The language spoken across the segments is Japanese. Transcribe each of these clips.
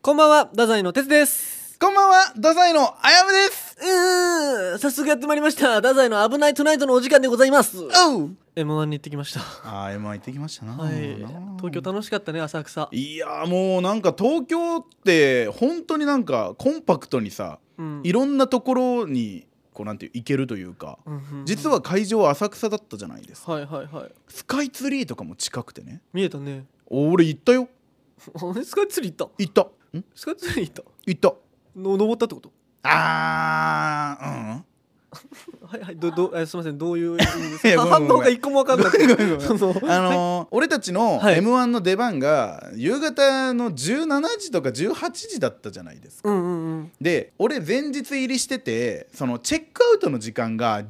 こんばんは、太宰の哲です。こんばんは、太宰のあやむです。うーん、早速やってまいりました。太宰の危ないトゥナイトのお時間でございます。おう。 M1 に行ってきました。ああ、M 行ってきましたな。はい。東京楽しかったね、浅草。いやーもうなんか東京って本当になんかコンパクトにさ、うんいろんなところにこうなんていう行けるというか、うんうんうん実は会場は浅草だったじゃないですか。はいはいはい。スカイツリーとかも近くてね。見えたね。俺行ったよ。 あれスカイツリー行っ行った。ん？た。スカイツリー行っ行った。た。の登ったってことあー、うん。はいはい。ど どえすみません、どういう意味ですいやかごめん反ごめん応が一個も分かんなくごめんごて。め んそのあのー俺たちのはい m 1の出番が夕方の17時とか18時だったじゃないですかうんうんうん。で俺前日入りしててそのチェックアウトの時間が11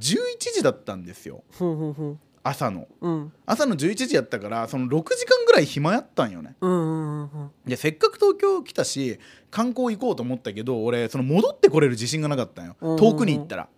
時だったんですよほうほうほう。朝のうん。朝の11時やったからその6時間ぐらい暇やったんよねうんうんうんうん。でせっかく東京来たし観光行こうと思ったけど俺その戻ってこれる自信がなかったんようんうんうん遠くに行ったら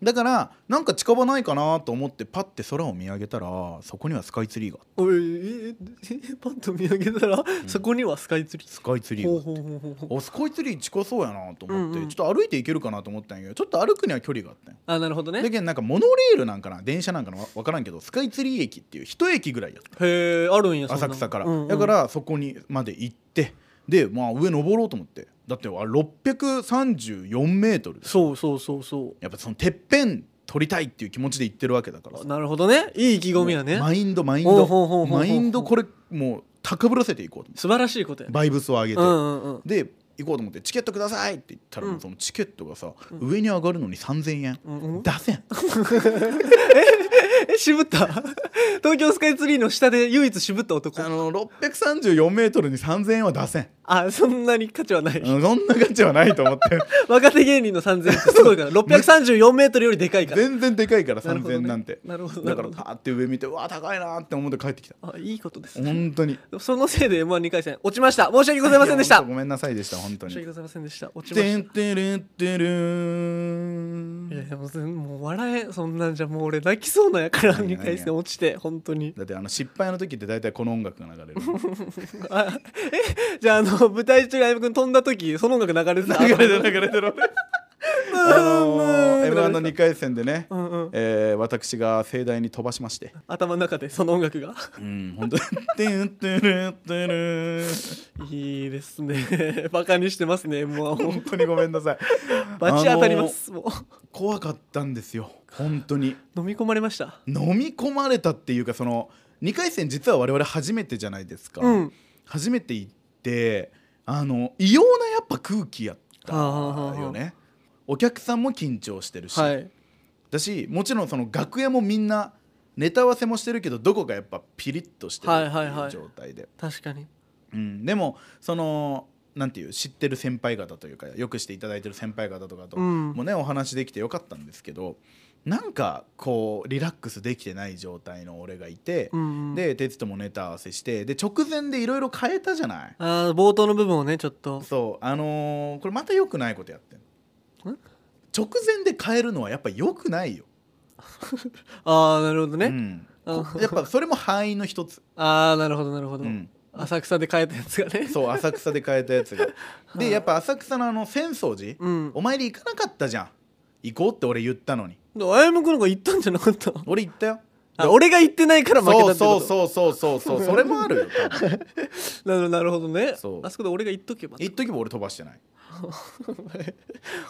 だからなんか近場ないかなと思ってパッて空を見上げたらそこにはスカイツリーがおいえええパッと見上げたら、そこにはスカイツリー。スカイツリーがほうほうほうほうほう。おスカイツリー近そうやなと思って、うんうんちょっと歩いて行けるかなと思ったんやけどちょっと歩くには距離があったんよあ、なるほどねだ。けどなんかモノレールなんかな電車なんかのわ分からんけどスカイツリー駅っていう一駅ぐらいやったへえあるんやそんな浅草から、うんうんだからそこにまで行ってでまあ上登ろうと思ってだってあれ634メートルそうそうそうそやっぱそのてっぺん取りたいっていう気持ちで行ってるわけだからうなるほどねいい意気込みやねマインドマインほうほうほうほうドほうマインドこれもう高ぶらせていこうと思って素晴らしいことやバイブスを上げて、うんうんうんで行こうと思ってチケットくださいって言ったら、うんそのチケットがさ、上に上がるのに3000円、うんうん出せんえ渋った東京スカイツリーの下で唯一渋った男あの634メートルに3000円は出せん、あそんなに価値はないうんそんな価値はないと思って 若手芸人の3000って すごいから634メートルよりでかいから全然でかいからなるほどね3000円なんてなるほどなだるほからどパーって上見てうわ高いなーって思って帰ってきたあいいことです本当にそのせいで m 1 2回戦落ちました申し訳ございませんでしたいや本当ごめんなさいでした本当申し訳にございませんでした落ちまてしんたてるってるいやーんでも全もう笑えそんなんじゃもう俺泣きそうなんやから何2や回戦落ちて本当にだってあの失敗の時って大体この音楽が流れるあえ じゃああの舞台中にあやむくん飛んだ時その音楽流れてた 流れてる流れ てるあのー、うん m 1の2回戦でね、うんうんえー私が盛大に飛ばしまして、頭の中でその音 楽がうん、本当に「てんてるてる」いいですね バカにしてますねもう本当にごめんなさいバチ当たります、もあのー怖かったんですよ本当にう飲み込まれました飲み込まれたっていうかその2回戦実は我々初めてじゃないですか、うん初めて行ってあの異様なやっぱ空気やったはあはあはあよねお客さんも緊張してるし、はいだしもちろんその楽屋もみんなネタ合わせもしてるけどどこかやっぱピリッとしてるってはいはいはいいう状態で、確かにうん、でもそのなんていう知ってる先輩方というかよくしていただいてる先輩方とかとうんもね、お話できてよかったんですけどなんかこうリラックスできてない状態の俺がいて、うんうんで哲ともネタ合わせしてで直前でいろいろ変えたじゃないあー冒頭の部分をねちょっとそうあのーこれまた良くないことやってんん直前で変えるのはやっぱ良くないよ、ああなるほどね、うん、こあやっぱそれも敗因の一つ、ああなるほどなるほど、うん、浅草で変えたやつがねそう浅草で変えた やつがでやっぱ浅草のあの浅草寺、うんお参り行かなかったじゃん行こうって俺言ったのにであやむくんのが言ったんじゃなかった俺言ったよあ俺が言ってない から負けたってそこうとそうそうそうそ うそうそれもあるよ多分なるなるほどねそうあそこで俺が言っとけば言っとけば俺飛ばしてない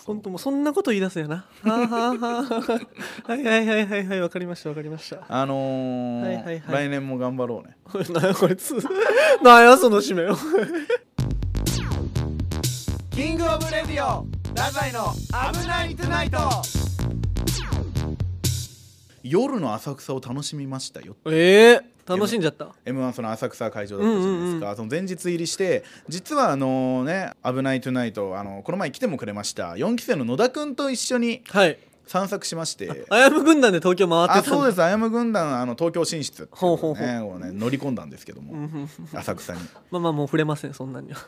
本当もうそんなこと言い出すやな。はあはあはあはいはいはいはいはいわかりましたわかりました。あのーはいはいはい来年も頑張ろうねなやこいつ。なんやその締めを。 キングオブレディオダザイの危ないトゥナイト夜の浅草を楽しみましたよええ楽しんじゃった。 m 1その浅草会場だったじゃないですか、うんうんその前日入りして実はあのね「危ないトゥナイト」あのこの前来てもくれました4期生の野田君と一緒にはい。散策し ましてあやむ軍団で東京回ってたあんだそうですあやむ軍団あの東京進出っていうほうほうのをほねこうね乗り込んだんですけども、うんうん 浅草にまあまあもう触れませんそんなには。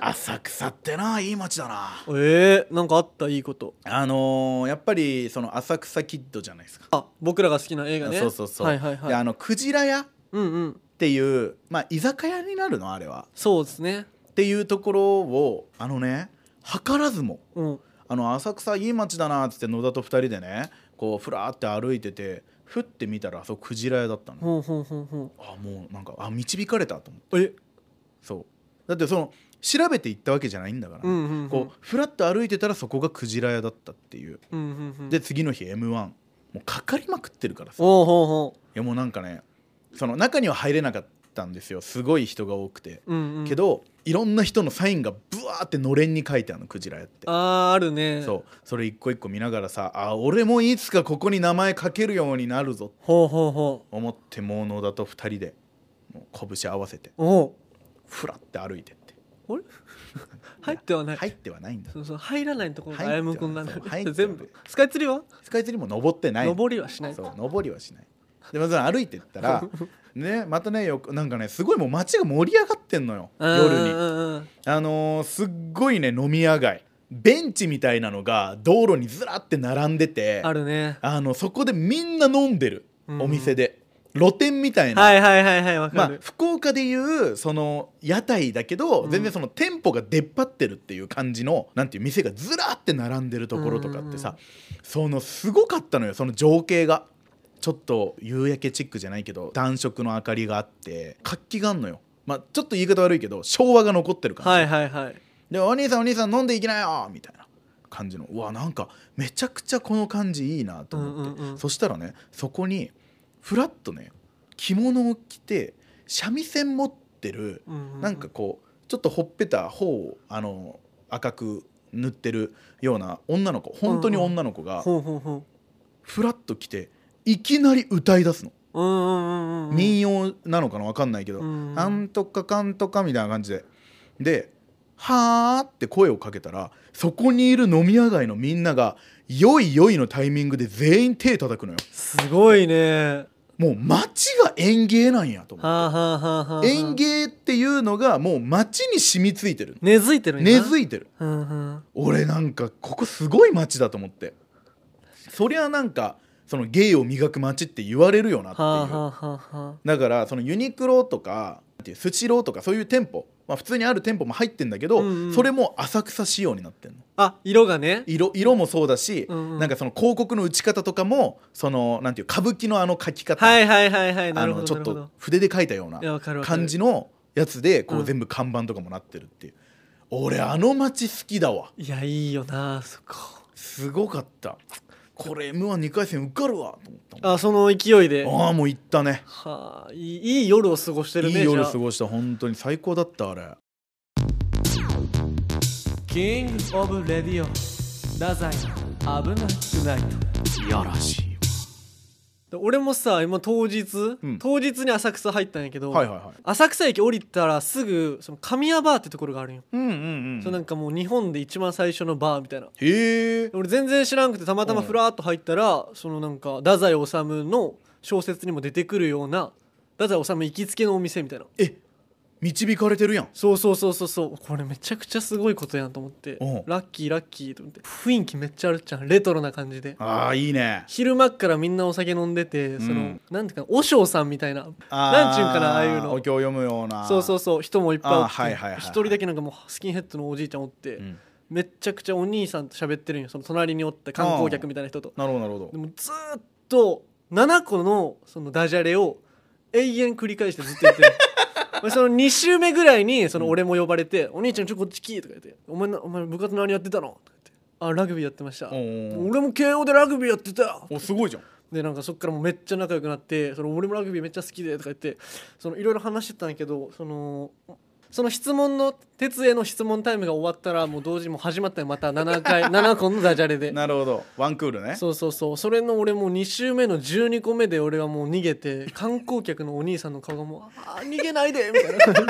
浅草ってないい街だなええなんかあったいいこと。あのーやっぱりその浅草キッドじゃないですか、あ僕らが好きな映画ね。そうそうそう、はいはいではあい。のクジラ屋っうんうん。ていうまあ居酒屋になるのあれはそうですね。っっていうところをあのね図らずもうんあの浅草いい街だなっつって野田と2人でねこうふらーって歩いててふって見たらあそこクジラ屋だったの、ほうほうほうほあもうなんかあ導かれたと思ってうえそうだってその調べて行ったわけじゃないんだから、うんうんうんこうふらっと歩いてたらそこがクジラ屋だったっていううんうんうんで次の日 m 1もうかかりまくってるからさおうほうほいやもうなんかねその中には入れなかったんですよすごい人が多くて、ううんうんけどいろんな人のサインがブワーってのれんに書いてあるのクジラ屋ってあーあるねそうそれ一個一個見ながらさあ俺もいつかここに名前書けるようになるぞほうほうほうと思ってもう野田と2人でもう拳合わせておうふらって歩いてってあれ入ってはない、入ってはないんだそうそう入らないところが入っては歩夢君なんだそう入っては全部スカイツリーはスカイツリーも登ってない登りはしないそう登りはしないでまず歩いてっ たらねまたねよくなんかねすごいもう街が盛り上がってんのよ夜ににあのーすっごいね飲み屋街ベンチみたいなのが道路にずらって並んでてあるねあのそこでみんな飲んでうる、んお店で露店みたいな、はいはいはいはいわまかある、福岡でいうその屋台だけど、うん全然その店舗が出っ張ってるっていう感じのなんていう店がずらって並んでるところとかってさ、うんそのすごかったのよその情景がちょっと夕焼けチックじゃないけど暖色の明かりがあって活気があんのよ。まあ、ちょっと言い方悪いけど昭和が残ってる感じ、はいはいはいで「お兄さんお兄さん飲んでいきなよ」みたいな感じのうわなんかめちゃくちゃこの感じいいなと思って、うんうんうんそしたらねそこにふらっとね着物を着て三味線持ってる、うんうんなんかこうちょっとほっぺた頬をあの赤く塗ってるような女の子本当に女の子がほうほうほふらっと来ていきなり歌い出すの、ううんうんうんうん民謡なのかな分かんないけど、うんなんとかかんとかみたいな感じでで「はーって声をかけたらそこにいる飲み屋街のみんなが「よいよい」のタイミングで全員手叩くのよすごいねもう街が園芸なんやと思うはあはあはあはあ園芸っていうのがもう街に染みついてる根付いてるんや根な付いてるうんうん俺なんかここすごい街だと思ってそりゃなんかその芸を磨く街って言われるよなはっていう、あはあはあはあだからそのユニクロとかなんていうスシローとかそういう店舗、まあ、普通にある店舗も入ってんだけど、うんうんそれも浅草仕様になってんのあ色がね色色もそうだし、うんうんなんかその広告の打ち方とかもそのなんていう歌舞伎のあの書き方、はいはいはいはいなあるほのどちょなっるほとど筆で書いたようないやわかるわかる感じのやつでこううん全部看板とかもなってるっていう、俺あの街好きだわいやいいよなそこすごかったこれ m 1 2回戦受かるわと思ったもんあその勢いではああもう行ったねあいいいい夜を過ごしてるねいい夜じゃ過ごした本当に最高だったあれあキングオブレディオ太宰の危なくないいやらしいで俺もさ今当日、うん当日に浅草入ったんやけど、はいはいはい浅草駅降りたらすぐその神谷バーってところがあるんよ、うんうんうんそのなんかもう日本で一番最初のバーみたいなへえで俺全然知らんくてたまたまふらっと入ったら、そのなんか太宰治の小説にも出てくるような太宰治行きつけのお店みたいなえ導かれてるやんそうそうそうそうそうこれめちゃくちゃすごいことやんと思ってうんラッキーラッキーと思って雰囲気めっちゃあるじゃんレトロな感じでああいいね昼間っからみんなお酒飲んでてその、うんなんていうか和尚さんみたいなあーなんちゅうんかなああいうのお経を読むようなそうそうそう人もいっぱいおってあはいはいはいはい一人だけなんかもうスキンヘッドのおじいちゃんおって、うんめっちゃくちゃお兄さんと喋ってるんよその隣におって観光客みたいな人となるほどなるほどでもずーっと7個のそのダジャレを永遠繰り返してずっと言ってる俺その2週目ぐらいにその俺も呼ばれて「お兄ちゃんちょこっち来い」とか言って「お前なお前部活何やってたの?」とか言って「あラグビーやってました」おー俺も慶応でラグビーやってたよ」おすごいじゃんでなんかそっからもうめっちゃ仲良くなってその俺もラグビーめっちゃ好きでとか言ってそのいろいろ話してたんやけどそのその質問の哲也の質問タイムが終わったらもう同時にもう始まったよまた7回7個のダジャレでなるほどワンクールねそうそうそうそれの俺もう2周目の12個目で俺はもう逃げて観光客のお兄さんの顔がもう「あー逃げないで」みたい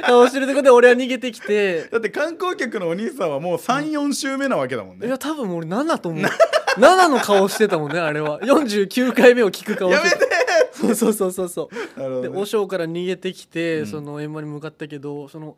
な顔してるとこで俺は逃げてきてだって観光客のお兄さんはもう34週目なわけだもんいねや多分俺7と思う7の顔してたもんねあれは49回目を聞く顔やしめててたそうそうそうそうそうなるほでどね和尚から逃げてきて、うんその円満に向かったけどその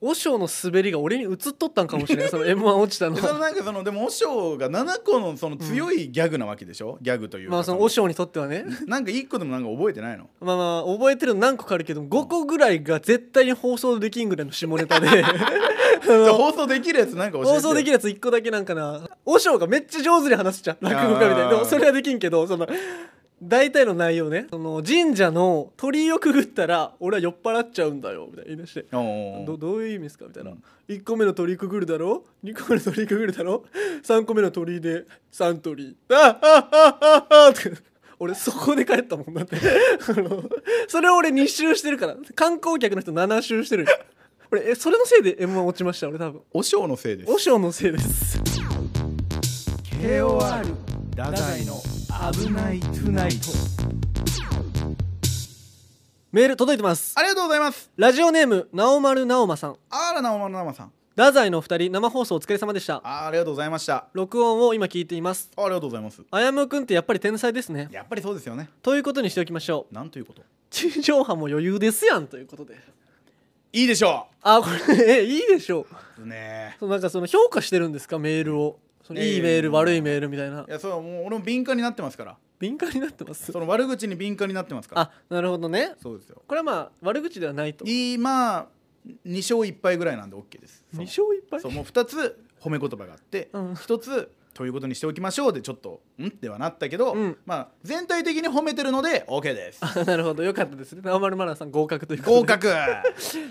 和尚の滑りが俺に映っとったんかもしれないその m 1落ちた のでそのなんかそのでも和尚が7個のその強いギャグなわけでしょ、ギャグというかまあその和尚にとってはねなんか1個でもなんか覚えてないのまあまあ覚えてるの何個かあるけど5個ぐらいが絶対に放送できんぐらいの下ネタ で あじゃあの放送できるやつなんか教えてよ放送できるやつ1個だけなんかな和尚がめっちゃ上手に話すじゃん落語家みたいあーなでもそれはできんけどその大体の内容ねその神社の鳥居をくぐったら俺は酔っ払っちゃうんだよみたいな言い出して。おーどどういう意味ですかみたいな、うん1個目の鳥居くぐるだろ2個目の鳥居くぐるだろ3個目の鳥居でサントリーああああああって俺そこで帰ったもんだってあのそれを俺2周してるから観光客の人7周してる俺えそれのせいで m 1落ちました俺多分和尚のせいです和尚のせいです KOR ダダイの危ないトゥナイトメール届いてますありがとうございますラジオネームなおまるなおまさんあらなおまるなまさん太宰のお二人生放送お疲れ様でしたあーありがとうございましたあ録音を今聞いていますありがとうございますあやむくんってやっぱり天才ですねやっぱりそうですよねということにしておきましょうなんということ地上波も余裕ですやんということでいいでしょあこれえいいでしょううねそのなんかその評価してるんですかメールをそのええいいメール、悪いメールみたいないやそうもう俺も敏感になってますから敏感になってますその悪口に敏感になってますからあなるほどねそうですよこれはまあ悪口ではないと2今2勝1敗ぐらいなんで OK ですその勝1敗そうもう2つ褒め言葉があって、う一ん1つということにしておきましょうでちょっとんってはなったけど、うんまあ全体的に褒めてるので OK ですあなるほどよかったですね青丸マナーさん合格ということで合格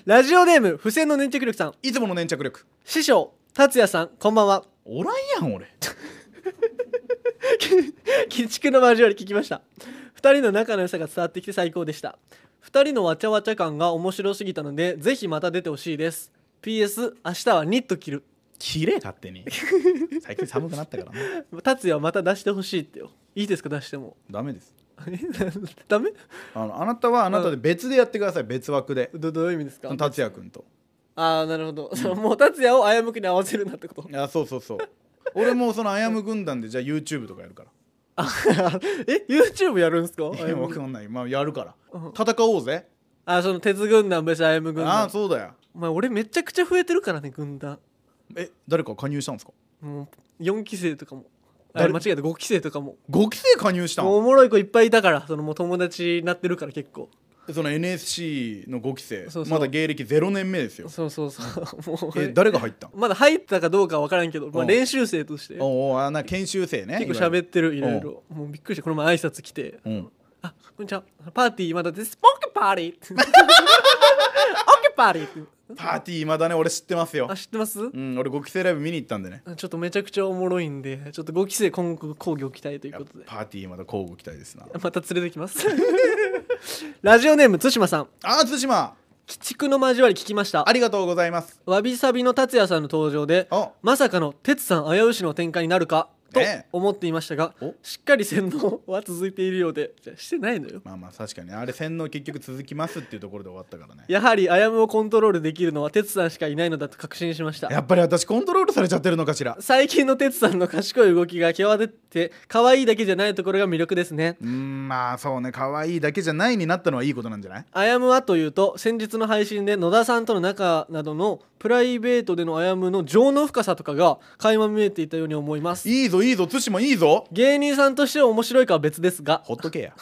ラジオネーム付箋の粘着力さんいつもの粘着力師匠達也さんこんばんはおらんやん俺鬼畜の交わり聞きました2人の仲の良さが伝わってきて最高でした2人のわちゃわちゃ感が面白すぎたのでぜひまた出てほしいです PS 明日はニット着る綺麗勝手に最近寒くなったからね達也はまた出してほしいってよいいですか出してもダメですえ ダメあのあなたはあなたで別でやってください別枠でどどういう意味ですかその達也君とああなるほど、 そのもう達也をあやむくに合わせるなってこと いやそうそうそう俺もそのあやむ軍団でじゃあ YouTube とかやるからあえ YouTube やるんですかあいややむわくんかんないまあやるからうん戦おうぜあその鉄軍団別にあやむ軍ああ団そうだよお前俺めちゃくちゃ増えてるからね軍団え誰か加入したんですかもう4期生とかもあ誰間違えた5期生とかも5期生加入したもうんおもろい子いっぱいいたからそのもう友達になってるから結構その NSC の5期生そうそうまだ芸歴0年目ですよそうそうそう もうえ俺誰が入 ったんまだ入ったかどうかは分からんけど、まうあ、ん練習生としておうおうあな研修生ね結構いわ喋ゆるってるいろいろもうびっくりしてこの前挨拶来てうん「あこんにちはパーティーまだですオッケーパーティー」 オッケーパーティー」ってパーティーまだね俺知ってますよあ知ってますうん俺5期生ライブ見に行ったんでねちょっとめちゃくちゃおもろいんでちょっと5期生今後講義を期待というやことでパーティーまだ交互期待ですなまた連れてきます ラジオネーム対馬さんあー対馬「鬼畜の交わり聞きました」ありがとうございますわびさびの達也さんの登場でおまさかの哲さん危うしの展開になるかとねえ思っていましたが、おしっかり洗脳は続いているようでじゃあしてないのよまあまあ確かにねあれ洗脳結局続きますっていうところで終わったからねやはりアヤムをコントロールできるのは哲さんしかいないのだと確信しましたやっぱり私コントロールされちゃってるのかしら最近の哲さんの賢い動きが際立って可愛いだけじゃないところが魅力ですねうーんまあそうね可愛いだけじゃないになったのはいいことなんじゃないアヤムはというと先日の配信で野田さんとの仲などのプライベートでのアヤムの情の深さとかが垣間見えていたように思いますいいぞいいぞ対馬いいぞ芸人さんとしては面白いかは別ですがほっとけや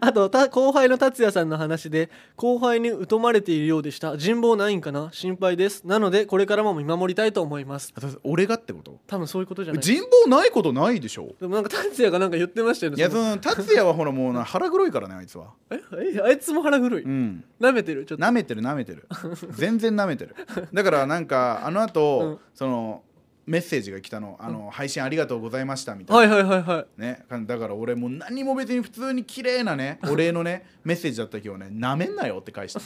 あとた後輩の達也さんの話で後輩に疎まれているようでした人望ないんかな心配ですなのでこれからも見守りたいと思います 私俺がってこと多分そういうことじゃない人望ないことないでしょでもなんか達也がなんか言ってましたよねいやそそのの達也はほらもうな腹黒いからねあいつはええあいつも腹黒いうん舐めてるちょっとなめてるなめてる全然なめてるだからなんかあの後、うんそのメッセージが来たのあの、配信ありがとうございました」みたいな、はいはいはいはいね、だから俺もう何も別に普通に綺麗なねお礼のねメッセージだったけどね「なめんなよ」って 返した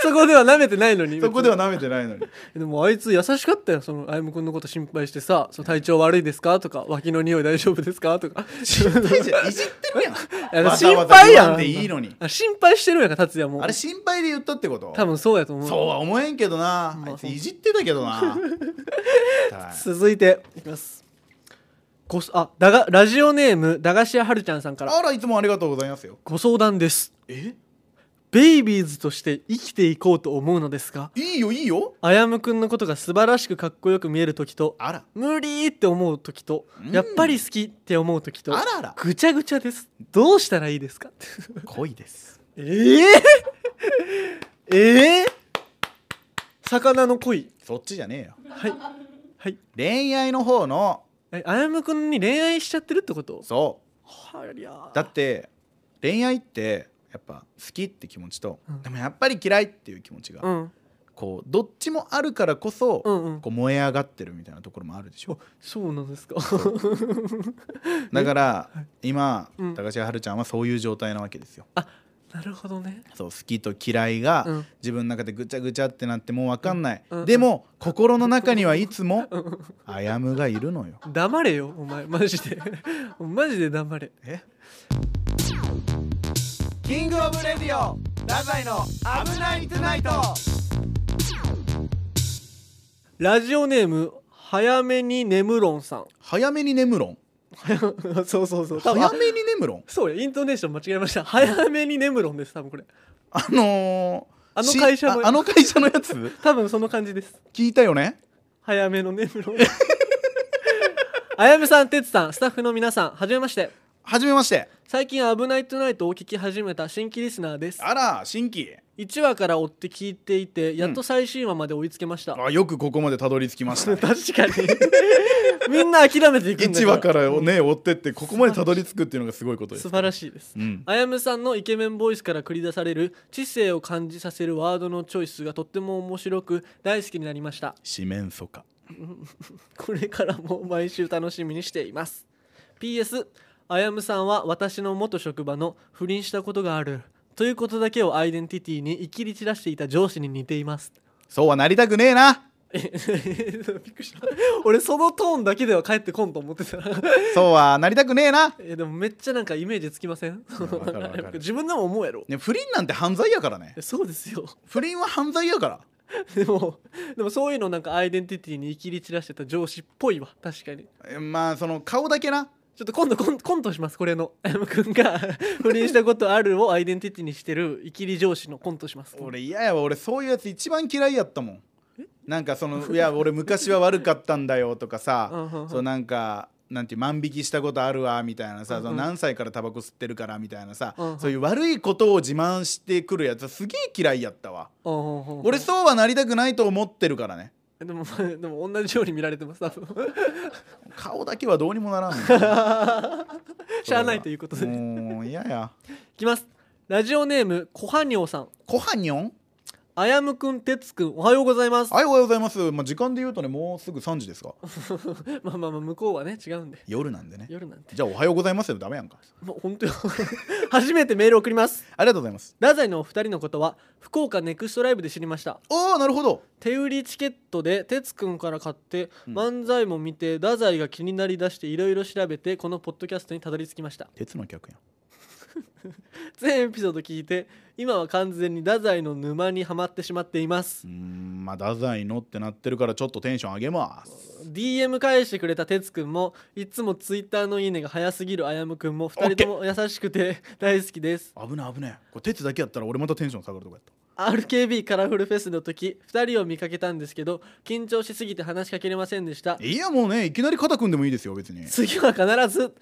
そこでは舐めてないのにそこではなめてないのにでもあいつ優しかったよその歩夢君のこと心配してさ「その体調悪いですか?」とか「脇の匂い大丈夫ですか?」とか心 配じゃんいじってるやんいやわざ心わざ配言やわんんでいいのにあ心配してるんやんか達也もあれ心配で言ったってこと多分そうやと思うそうは思えんけどな、まああいついじってたけどなはい続いていきますごあだがラジオネーム駄菓子屋はるちゃんさんからあらいつもありがとうございますよご相談ですえベイビーズとして生きていこうと思うのですがいいよいいよあやむくんのことが素晴らしくかっこよく見える時とあら無理って思う時とうんやっぱり好きって思う時とあらあらぐちゃぐちゃですどうしたらいいです か恋ですえー、えー、魚の恋そっちじゃねえよはいはい恋愛の方のえあやむくんに恋愛しちゃってるってことそうはりゃだって恋愛ってやっぱ好きって気持ちと、うんでもやっぱり嫌いっていう気持ちが、うんこうどっちもあるからこそ、うんうんこう燃え上がってるみたいなところもあるでしょそうなんですか だから、はい今、うん高橋はるちゃんはそういう状態なわけですよ なるほどねそう好きと嫌いが、うん自分の中でぐちゃぐちゃってなってもう分かんない、うんうんでも心の中にはいつもうんあやむがいるのよ黙れよお前マジで マジで黙れえキングオブレディオラザイの危ないトゥナイトラジオネーム早めに眠ろんさ ん早めに眠ろんそうそうそう多分早あめに眠ろんそうやイントネーション間違えました早めに眠ろんです多分これあのー、あのし会社のああの会社のやつ多分その感じです聞いたよね早めの眠ろんあやめさんてつさんスタッフの皆さんはじめましてはじめまして最近「危ないトゥナイト」をお聞き始めた新規リスナーですあら新規1話から追って聞いていてやっと最新話まで追いつけました、、あよくここまでたどり着きました、ね確かにみんな諦めて いくんだ1話からね追ってってここまでたどり着くっていうのがすごいことです素晴らしい、しいですうん、あやむさんのイケメンボイスから繰り出される知性を感じさせるワードのチョイスがとっても面白く大好きになりました四面楚歌これからも毎週楽しみにしています PS あやむさんは私の元職場の不倫したことがあるということだけをアイデンティティに生きり散らしていた上司に似ていますそうはなりたくねえなえびっくりした 俺そのトーンだけでは帰ってこんと思ってたそうはなりたくねえな、 えでもめっちゃなんかイメージつきませんわかるわかる自分でも思うやろね、不倫なんて犯罪やからねえそうですよ不倫は犯罪やからでもでもそういうのなんかアイデンティティに生きり散らしてた上司っぽいわ確かにえまあその顔だけなちょっと今度コンコントしますこれの M 君が不倫したことあるをアイデンティティにしてる生きり上司のコントします俺嫌やわ俺そういうやつ一番嫌いやったもんなんかそのいや俺昔は悪かったんだよとか うんうんうさんそうなんかなんていう万引きしたことあるわみたいなうさ、んうんその何歳からタバコ吸ってるからみたいなさ、うんうんそういう悪いことを自慢してくるやつはすげえ嫌いやったわ、 俺俺そうはなりたくないと思ってるからねでも まあでも同じように見られてます多 分顔だけはどうにもならん しゃあないということでいもう嫌やきますラジオネームコハニョウさんコハニョンあやむくんてつくんおはようございますはいおはようございます、まあ、時間で言うとねもうすぐ3時ですかまあまあまあ向こうはね違うんで夜なんでね夜なんてじゃあおはようございますでもダメやんかもう本当よ 初めてメール送りますありがとうございます太宰のお二人のことは福岡ネクストライブで知りましたおおなるほど手売りチケットで哲くんから買って、うん漫才も見て太宰が気になりだしていろいろ調べてこのポッドキャストにたどり着きました鉄の客やん全エピソード聞いて今は完全に太宰の沼にはまってしまっていますうー、んまあ太宰のってなってるからちょっとテンション上げます DM 返してくれた哲くんもいつもツイッターのいいねが早すぎるあやむくんも二人とも優しくて大好きです危ない危ないこれ鉄だけやったら俺またテンション下がるとこやった RKB カラフルフェスの時二人を見かけたんですけど緊張しすぎて話しかけれませんでしたいやもうねいきなり肩組んでもいいですよ別に次は必ず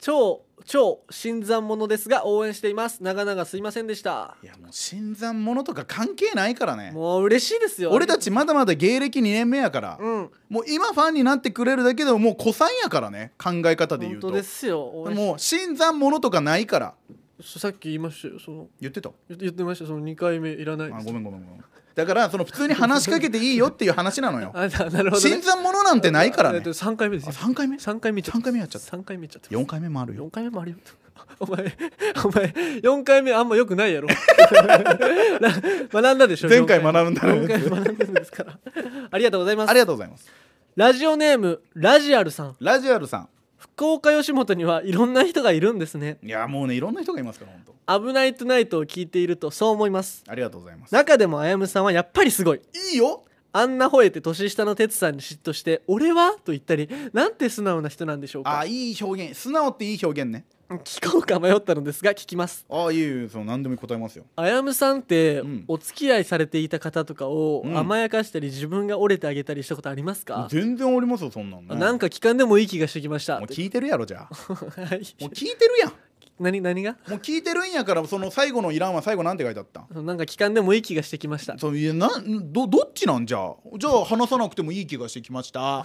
超超新参者ですが応援しています長々すいませんでしたいやもう新参者とか関係ないからねもう嬉しいですよ俺たちまだまだ芸歴2年目やから、うんもう今ファンになってくれるだけでももう子さんやからね考え方で言本うと当ですよ応援しもう新参者とかないからさっき言いましたよその言ってた言言ってましたその2回目いらないあでごすめんごめんごめんだからその普通に話しかけていいよっていう話なのよあ ななるほど、ね、新参者なんてないからえっねと3回目ですあよ3回目3回目三回目やっちゃった3回目やっちゃった4回目もあるよ4回目もあるよお前お前4回目あんまよくないやろ な学んだでしょ前回学んだ4の回目学んだんですからありがとうございますありがとうございますラジオネームラジアルさんラジアルさ福岡吉本にはいろんな人がいるんですねんいやもうねいろんな人がいますから本当「危ないトゥナイト」を聞いているとそう思いますありがとうございます中でもあやむさんはやっぱりすごいいいよ「あんな吠えて年下の哲さんに嫉妬して「俺は?」と言ったりなんて素直な人なんでしょうかあーいい表現素直っていい表現ね聞こうか迷ったのですが聞きますああいいよその何でも答えますよあやむさんって、うんお付き合いされていた方とかをうん甘やかしたり自分が折れてあげたりしたことありますか、全然おりますよそんなんねなんか聞かんでもいい気がしてきましたもう聞いてるやろじ ゃあはいもう聞いてるやん何何がもう聞いてるんやからその最後のいらんは最後なんて書いてあったんなんか聞かんでもいい気がしてきましたそういやなんどどっちなんじゃあじゃあ話さなくてもいい気がしてきました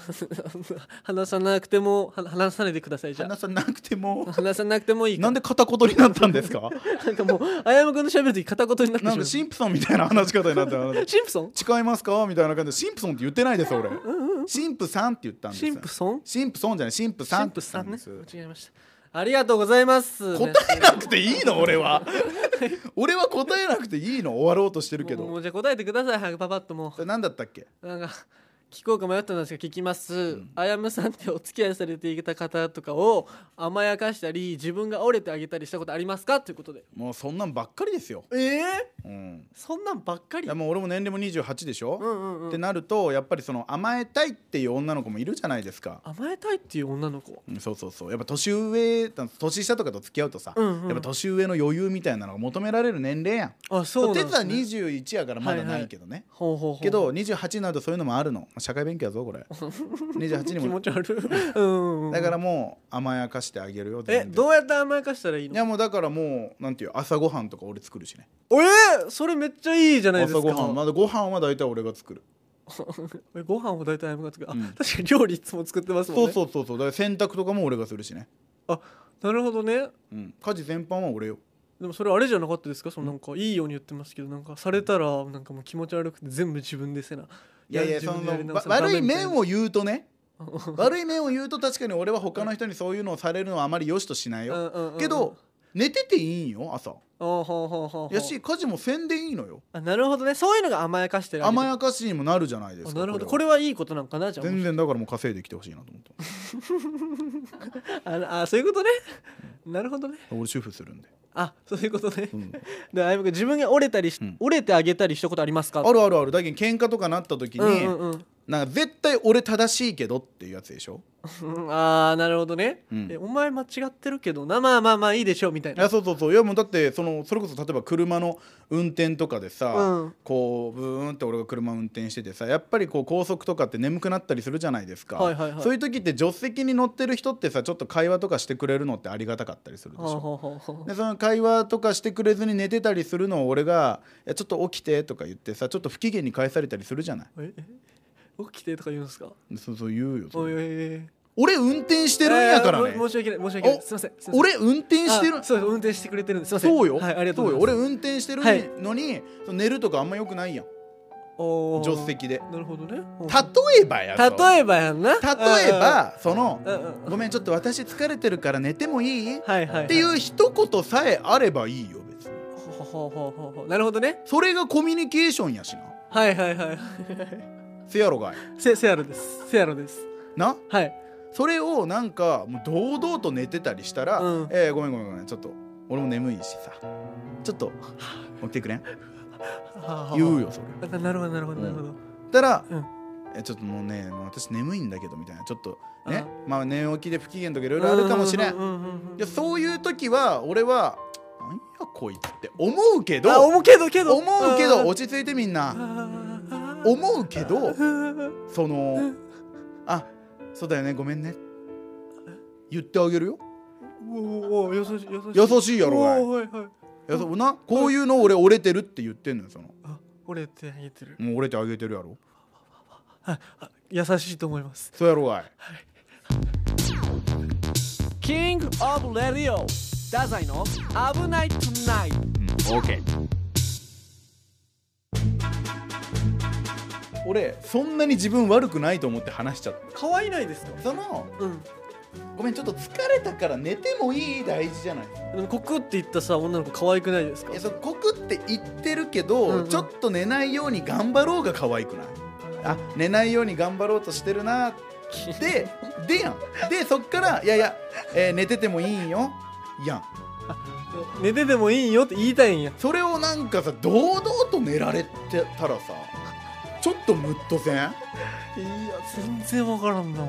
話さなくてもは話さないでください じゃ話さなくてもあ話さなくてもいいなんでで片言になったんです かなんかもうあやむくんの喋る時片言になってなしまんかうシシンプソンみたいな話し方になったらンプソン誓いますかみたいな感じでシンプソンって言ってないです俺シンプさんって言ったんですシンプソンシンプソンじゃないシンプさん神って父さ言ったんんでねす間違えましたありがとうございます答えなくていいの俺は俺は答えなくていいの終わろうとしてるけもうもどうじゃあ答えてください早くパパッとも何だったっけうなんか聞こうか迷ったんですが聞きます、あやむさんってお付き合いされていた方とかを甘やかしたり自分が折れてあげたりしたことありますかということでもうそんなんばっかりですよ、ええうん、そんなんばっかいりやもう俺も年齢も28でしょ、うんうんうんってなるとやっぱりその甘えたいっていう女の子もいるじゃないですか、甘えたいっていう女の子うん、そうそうそうやっぱ年上年下とかと付き合うとさ、うんうんやっぱ年上の余裕みたいなのが求められる年齢やんあそうなん哲ではす、ね、 21やからまだないけどね、ほうほうほうけど28になるとそういうのもあるのまあ社会勉強やぞ これ28に気も持ち悪い うんうんうんだからもう甘やかしてあげるよ全え然どうやって甘やかしたらいいいのやもうだからもうなんていう朝ごはんとか俺作るしねえー、それめっちゃいいじゃないです朝かごはんまだご飯は大体俺が作る俺ご飯を大体あやむが作るあ、うん確かに料理いつも作ってますもんねそうそうそうそうだから洗濯とかも俺がするしね、あなるほどねうん、家事全般は俺よでもそれあれじゃなかったですかそのなんかいいように言ってますけどなんかされたらなんかもう気持ち悪くて全部自分でせないやいや自そ分でやりの直わさな悪いダ面メみを言う とね悪い面を言うと確かに俺は他の人にそういうのをされるのはあまり良しとしないたいなよ、うんうんうんけど寝てていいんよ朝あーほうほうほうほうやし家事もせんでいいのよあなるほどねそういうのが甘やかしてる甘やかしにもなるじゃないであすかなるほどここれれはいいことなんかなじゃはあ全然だからもう稼いできてほしいなと思って ますああそういうことねなるほどね俺主婦するんで、あそういうことね、うんであやむくん自分が折れたりし、うん折れてあげたりしたことありますかあるあるあるだけど喧嘩とかなった時に、うんうんうんなんか絶対俺正しいけどっていうやつでしょうんああなるほどね、うんえお前間違ってるけどなまあまあまあいいでしょうみたいいなやそうそうそういやもうだってそのそれこそ例えば車の運転とかでさ、うんこうブーンって俺が車運転しててさやっぱりこう高速とかって眠くなったりするじゃないですか、はいはいはいそういう時って助手席に乗ってる人ってさちょっと会話とかしてくれるのってありがたかったりするでしほうょ。ほうほうほうでその会話とかしてくれずに寝てたりするのを俺が「いやちょっと起きて」とか言ってさちょっと不機嫌に返されたりするじゃないええ起きてとか言うんですかそうそう言うよそおいれおいおいえ俺運転してるんやからね、申し訳ない申し訳ないおすいませんすいません俺運転してるあそう運転してくれてるんですすいませんそうよ、はいありがとうございそまよす俺運転してるはいのに、その寝るとかあんまよくないやんおー助手席でなるほどねほう例えばやぞ例えばやんな例えばそのうんうんうんごめんちょっと私疲れてるから寝てもいい、はいはい、はい、っていう一言さえあればいいよ別にほうほうほうほうほうなるほどねそれがコミュニケーションやしなはいはいはいせやろがいせせやろですせやろですなはいそれをなんかもう堂々と寝てたりしたら「うんえーごめんごめんごめんちょっと俺も眠いしさちょっと起きてくれん」言うよよそれななるほどなるほどなるほど、たら、うんえちょっともうねもう私眠いんだけどみたいなちょっとねあまあ寝起きで不機嫌とかいろいろあるかもしれん,、うううんうんうんいやそういう時は俺は「なんやこいつ」って思うけあど思うけどけど思うけどうん落ち着いてみんなあー思うけうどんそのあそうだよねごめんね言ってあげるよおおお優しい優しい優しいやろがいおーはいはいやそうなこういうの俺折れてるって言ってんのよそのあ折れてあげてるもう折れてあげてるやろああ優しいと思いますそうやろがいキングオブレディオダザイの危ないトゥナイトうん、OK 俺そんなに自分悪くないと思って話しちゃっ可愛いないですかたそのうんごめんちょっと疲れたから寝てもいい大事じゃないでもコクって言ったさ女の子可愛くないですかいやそうコクって言ってるけど、うんうんちょっと寝ないように頑張ろうが可愛くないあ寝ないように頑張ろうとしてるな ででやんでそっから「いやいや、えー寝ててもいいんよ」やん寝ててもいいよって言いたいんやそれをなんかさ堂々と寝られてたらさちょっとムッとせんいや全然わからんな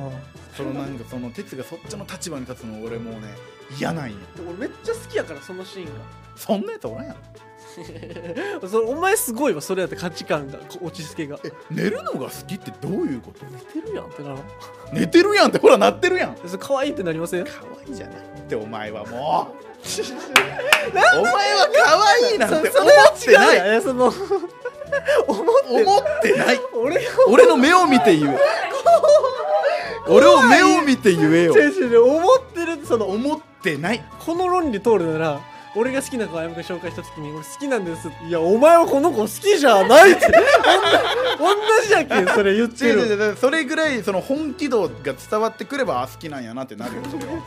そのなんかその哲がそっちの立場に立つの俺もうね嫌なんよ俺めっちゃ好きやからそのシーンそんなやつおらんやろがそれお前すごいわそれやって価値観がこ落ち着けがえ寝るのが好きってどういうこと寝てるやんってならん寝てるやんってほらなってるやんそれ可愛いってなりません可愛いじゃないってお前はもうお前は可愛いなんて思ってないいやその 思って思ってない俺が俺の目を見て言え俺を目を見て言えよ選手で思ってるその思ってないこの論理通るなら俺が好きな子をあやむくん紹介した時に俺好きなんですいやお前はこの子好きじゃないって 同じ同じじゃっけそれ言っ違てう違うる違うだからそれぐらいその本気度が伝わってくればあ好きなんやなってなるよそれは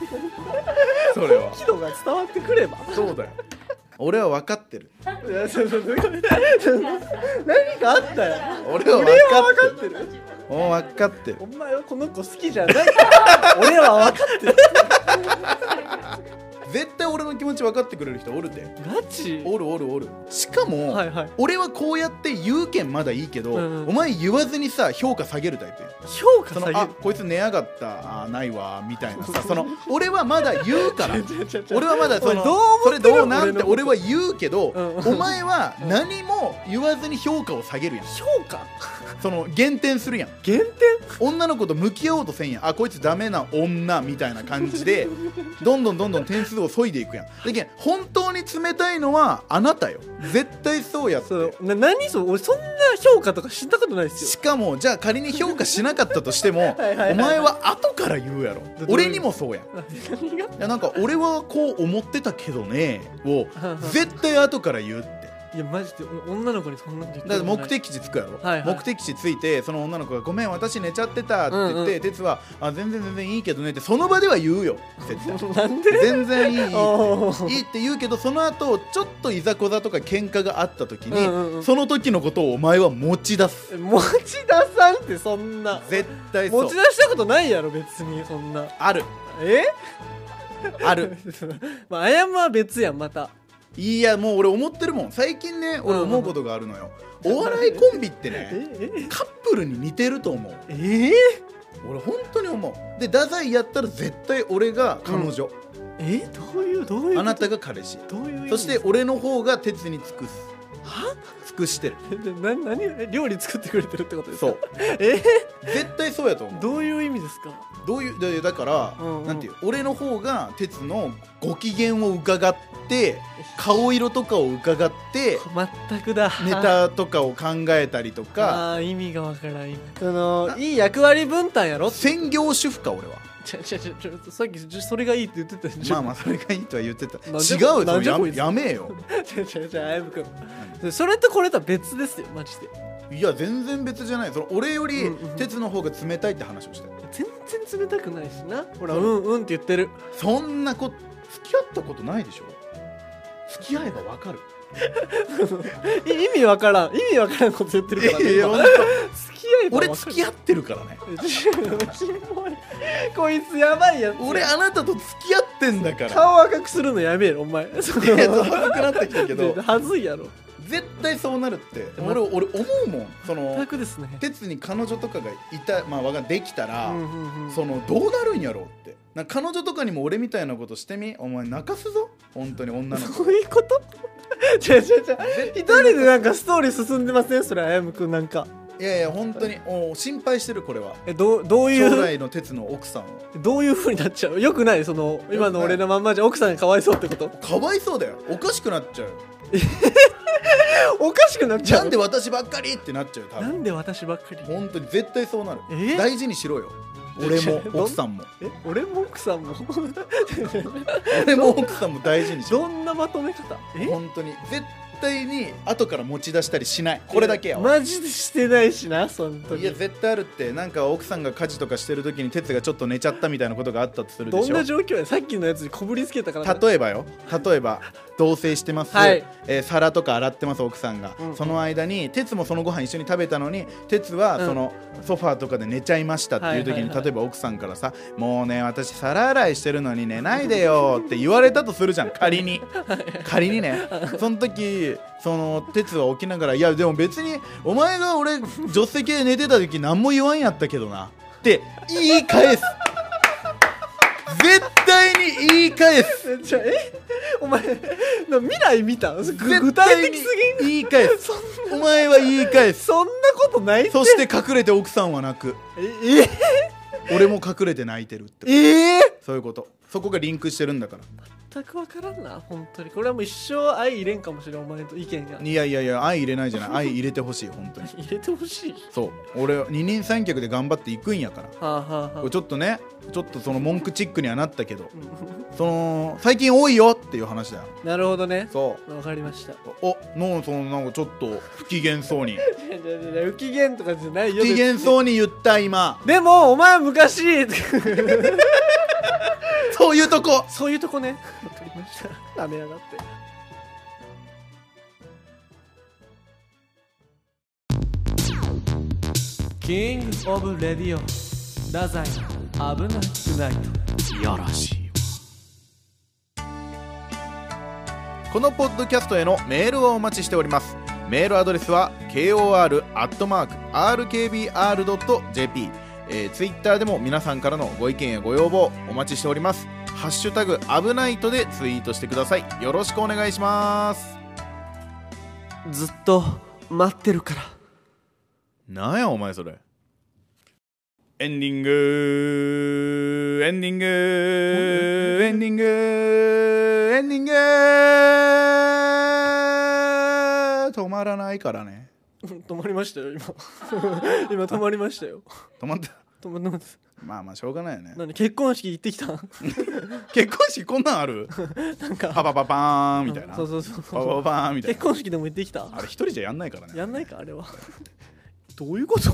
それ は喜怒が伝わってくればそうだよ俺は分かってるいやそのそのその何かあったよ俺は分俺は分かかっっててるるもう分かってるお前はこの子好きじゃない 俺は分かってる絶対俺の気持ち分かってくれる人おるでガチおるおるおるしかも、はいはい俺はこうやって言うけんまだいいけど、うんうんお前言わずにさ評価下げるタイプやん評価下そのげるあこいつ寝やがったあーないわみたいなさその俺はまだ言うから 俺ははまだそのおいどうそ思っれてるどうなんて俺俺のは言うけど、うんお前は何も言わずに評価を下げるやん評価その減点するやん減点女の子と向き合おうとせんやんあこいつダメな女みたいな感じでどんどんどんどん点数を削いでいくやんだけど本当に冷たいのはあなたよ絶対そうやってそうな何そう俺そんな評価とかしたことないですよしかもじゃあ仮に評価しなかったとしても はいはいお前は後から言うやどろういう俺にもそうやん何がいやなんか俺はこう思ってたけどねを絶対後から言うっていやマジでお女の子にそんなこと言だったことてない目的地着くやろ、はいはい目的地着いてその女の子が「ごめん私寝ちゃってた」ってう言っんうて哲、は「あ全然全然いいけどね」ってその場では言うよ絶対なんで全然 いいいいおいーいって言うけどその後ちょっといざこざとか喧嘩があった時に、うんうんうんその時のことをお前は持ち出す持ち出さんってそんな絶対そ持うち出したことないやろ別にそんなあるえあるまあ謝は別やんまたいやもう俺思ってるもん最近ね俺思うことがあるのよ、お笑いコンビってえねえカップルに似てると思うええ俺本当に思うで太宰やったら絶対俺が彼女、えどういうどういうことあなたが彼氏どういう意味そして俺の方が鉄に尽くす尽 くしてるでな何え料理作ってくれてるってことですかそうえ絶対そうやと思うどういう意味ですかどういうだだから、うんうんなんていう俺の方が鉄のご機嫌を伺って顔色とかを伺って全くだネタとかを考えたりとかあー意味がわからんそのいい役割分担やろち専業主婦か俺はょちょちょちょさっきちょそれがいいって言ってたじまゃあんまあそれがいいとは言ってた違なんじゃうよなんじゃやこいつやめえ よちょちょちょあやむくんそれとこれとは別ですよマジでいや全然別じゃないその俺ようりんうん鉄の方が冷たいって話をしてる全然冷たくないしなほらうんうんって言ってるそんなこと付き合ったことないでしょ付き合えばわかるい意味わからん意味わからんこと言ってるからね いや今本当付き合えば俺付き合っってるからねキモい こいつやばいやつ俺あなたと付き合ってんだから顔赤くするのやめえよお前 そのいやちょっと恥ずくなってきたけどではずいやろ絶対そうなるってま俺俺思うもんその全くですね鉄に彼女とかがいたまあわかんできたら、うんうんうんそのどうなるんやろうってなんか彼女とかにも俺みたいなことしてみお前泣かすぞ本当に女の子どういうこと 違う違う違う一人でなんかストーリー進んでませんそれあやむくんなんかいやいや本当にお心配してるこれはえどうどうい将う来の鉄の奥さんをどういう風になっちゃうよくないその今の俺のまんまじゃ奥さんがかわいそうってことかわいそうだよおかしくなっちゃうよおかしくなっちゃなうんで私ばっかりってなっちゃう多な分んで私ばっかり本当に絶対そうなるえ大事にしろよ俺もどん奥さんもえ俺も奥さんも 俺も奥さんも大事にしろどんなまとめ方え本当に絶対に後から持ち出したりしないこれだけやわマジでしてないしなそのいや時絶対あるってなんか奥さんが家事とかしてる時に哲がちょっと寝ちゃったみたいなことがあったとするでどしんょな状況やさっきのやつにこぶりつけたからな例えばよ例えば同棲してます、はいえー皿とか洗ってます奥さんが、うんその間に哲もそのご飯一緒に食べたのに哲はうんそのソファーとかで寝ちゃいましたっていう時に、はいはいはい例えば奥さんからさ「もうね私皿洗いしてるのに寝ないでよ」って言われたとするじゃん仮に仮にねその時その哲は起きながら「いやでも別にお前が俺助手席で寝てた時何も言わんやったけどな」って言い返す絶対に言い返すえじゃあえお前な未来見たぐ絶対に具体的すぎん言い返すそんお前は言い返すそんなことないってそして隠れて奥さんは泣くええ俺も隠れて泣いてるってええそういうことそこがリンクしてるんだから全く分からんな本当にこれはもう一生相入れんかもしれんお前と意見がいやいやいや愛入れないじゃない愛入れてほしい本当に入れてほしいそう俺は二人三脚で頑張っていくんやからはあはあはあちょっとねちょっとその文句チックにはなったけどうんその最近多いよっていう話だよなるほどねそわかりましたうおのそのなんかちょっと不機嫌そうにいやいやいや不機嫌とかじゃない不よ機嫌そううに言った今でもお前昔そういうとこそういうとこねわかりました舐めやがってキングオブレディオ太宰危なくないやらしいこのポッドキャストへのメールをお待ちしておりますメールアドレスは kor.rkbr.jp えー、ツイッターでも皆さんからのご意見やご要望お待ちしておりますハッシュタグ危ないとでツイートしてくださいよろしくお願いしますずっと待ってるからなんやお前それエンディングエンディングエンディングエンディング止まらないからね止まりましたよ今 今止まりましたよ止まった止ま止まってまあまあしょうがないよね何結婚式行ってきた結婚式こんなんあるなんかパパパパーンみたいなそパうそうそうパパパーンみたい結な婚式でも行ってきたあれ一人じゃやんないからねやんないかあれは どういうこと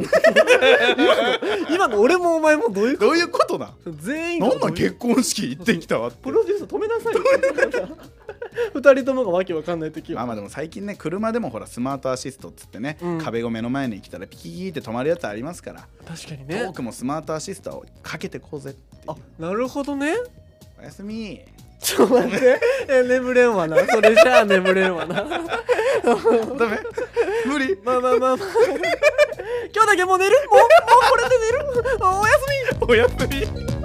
今 の今の俺もお前もどういうこどういうことだと全員がなんどなうんいう結婚式行ってきたわってプロデュース止めなさいよ 二人ともがわけわかんない時まあはまあでも最近ね車でもほらスマートアシストっつってね、うん壁を目の前に来たらピキーって止まるやつありますから確かにトーねクもスマートアシストをかけてこうぜってあなるほどねおやすみちょっと待ってえ眠れんわなそれじゃあ眠れんわなダメ無理まあまあまあまあ 今日だけもう寝るもうもうこれで寝るおおやすみ おやすみ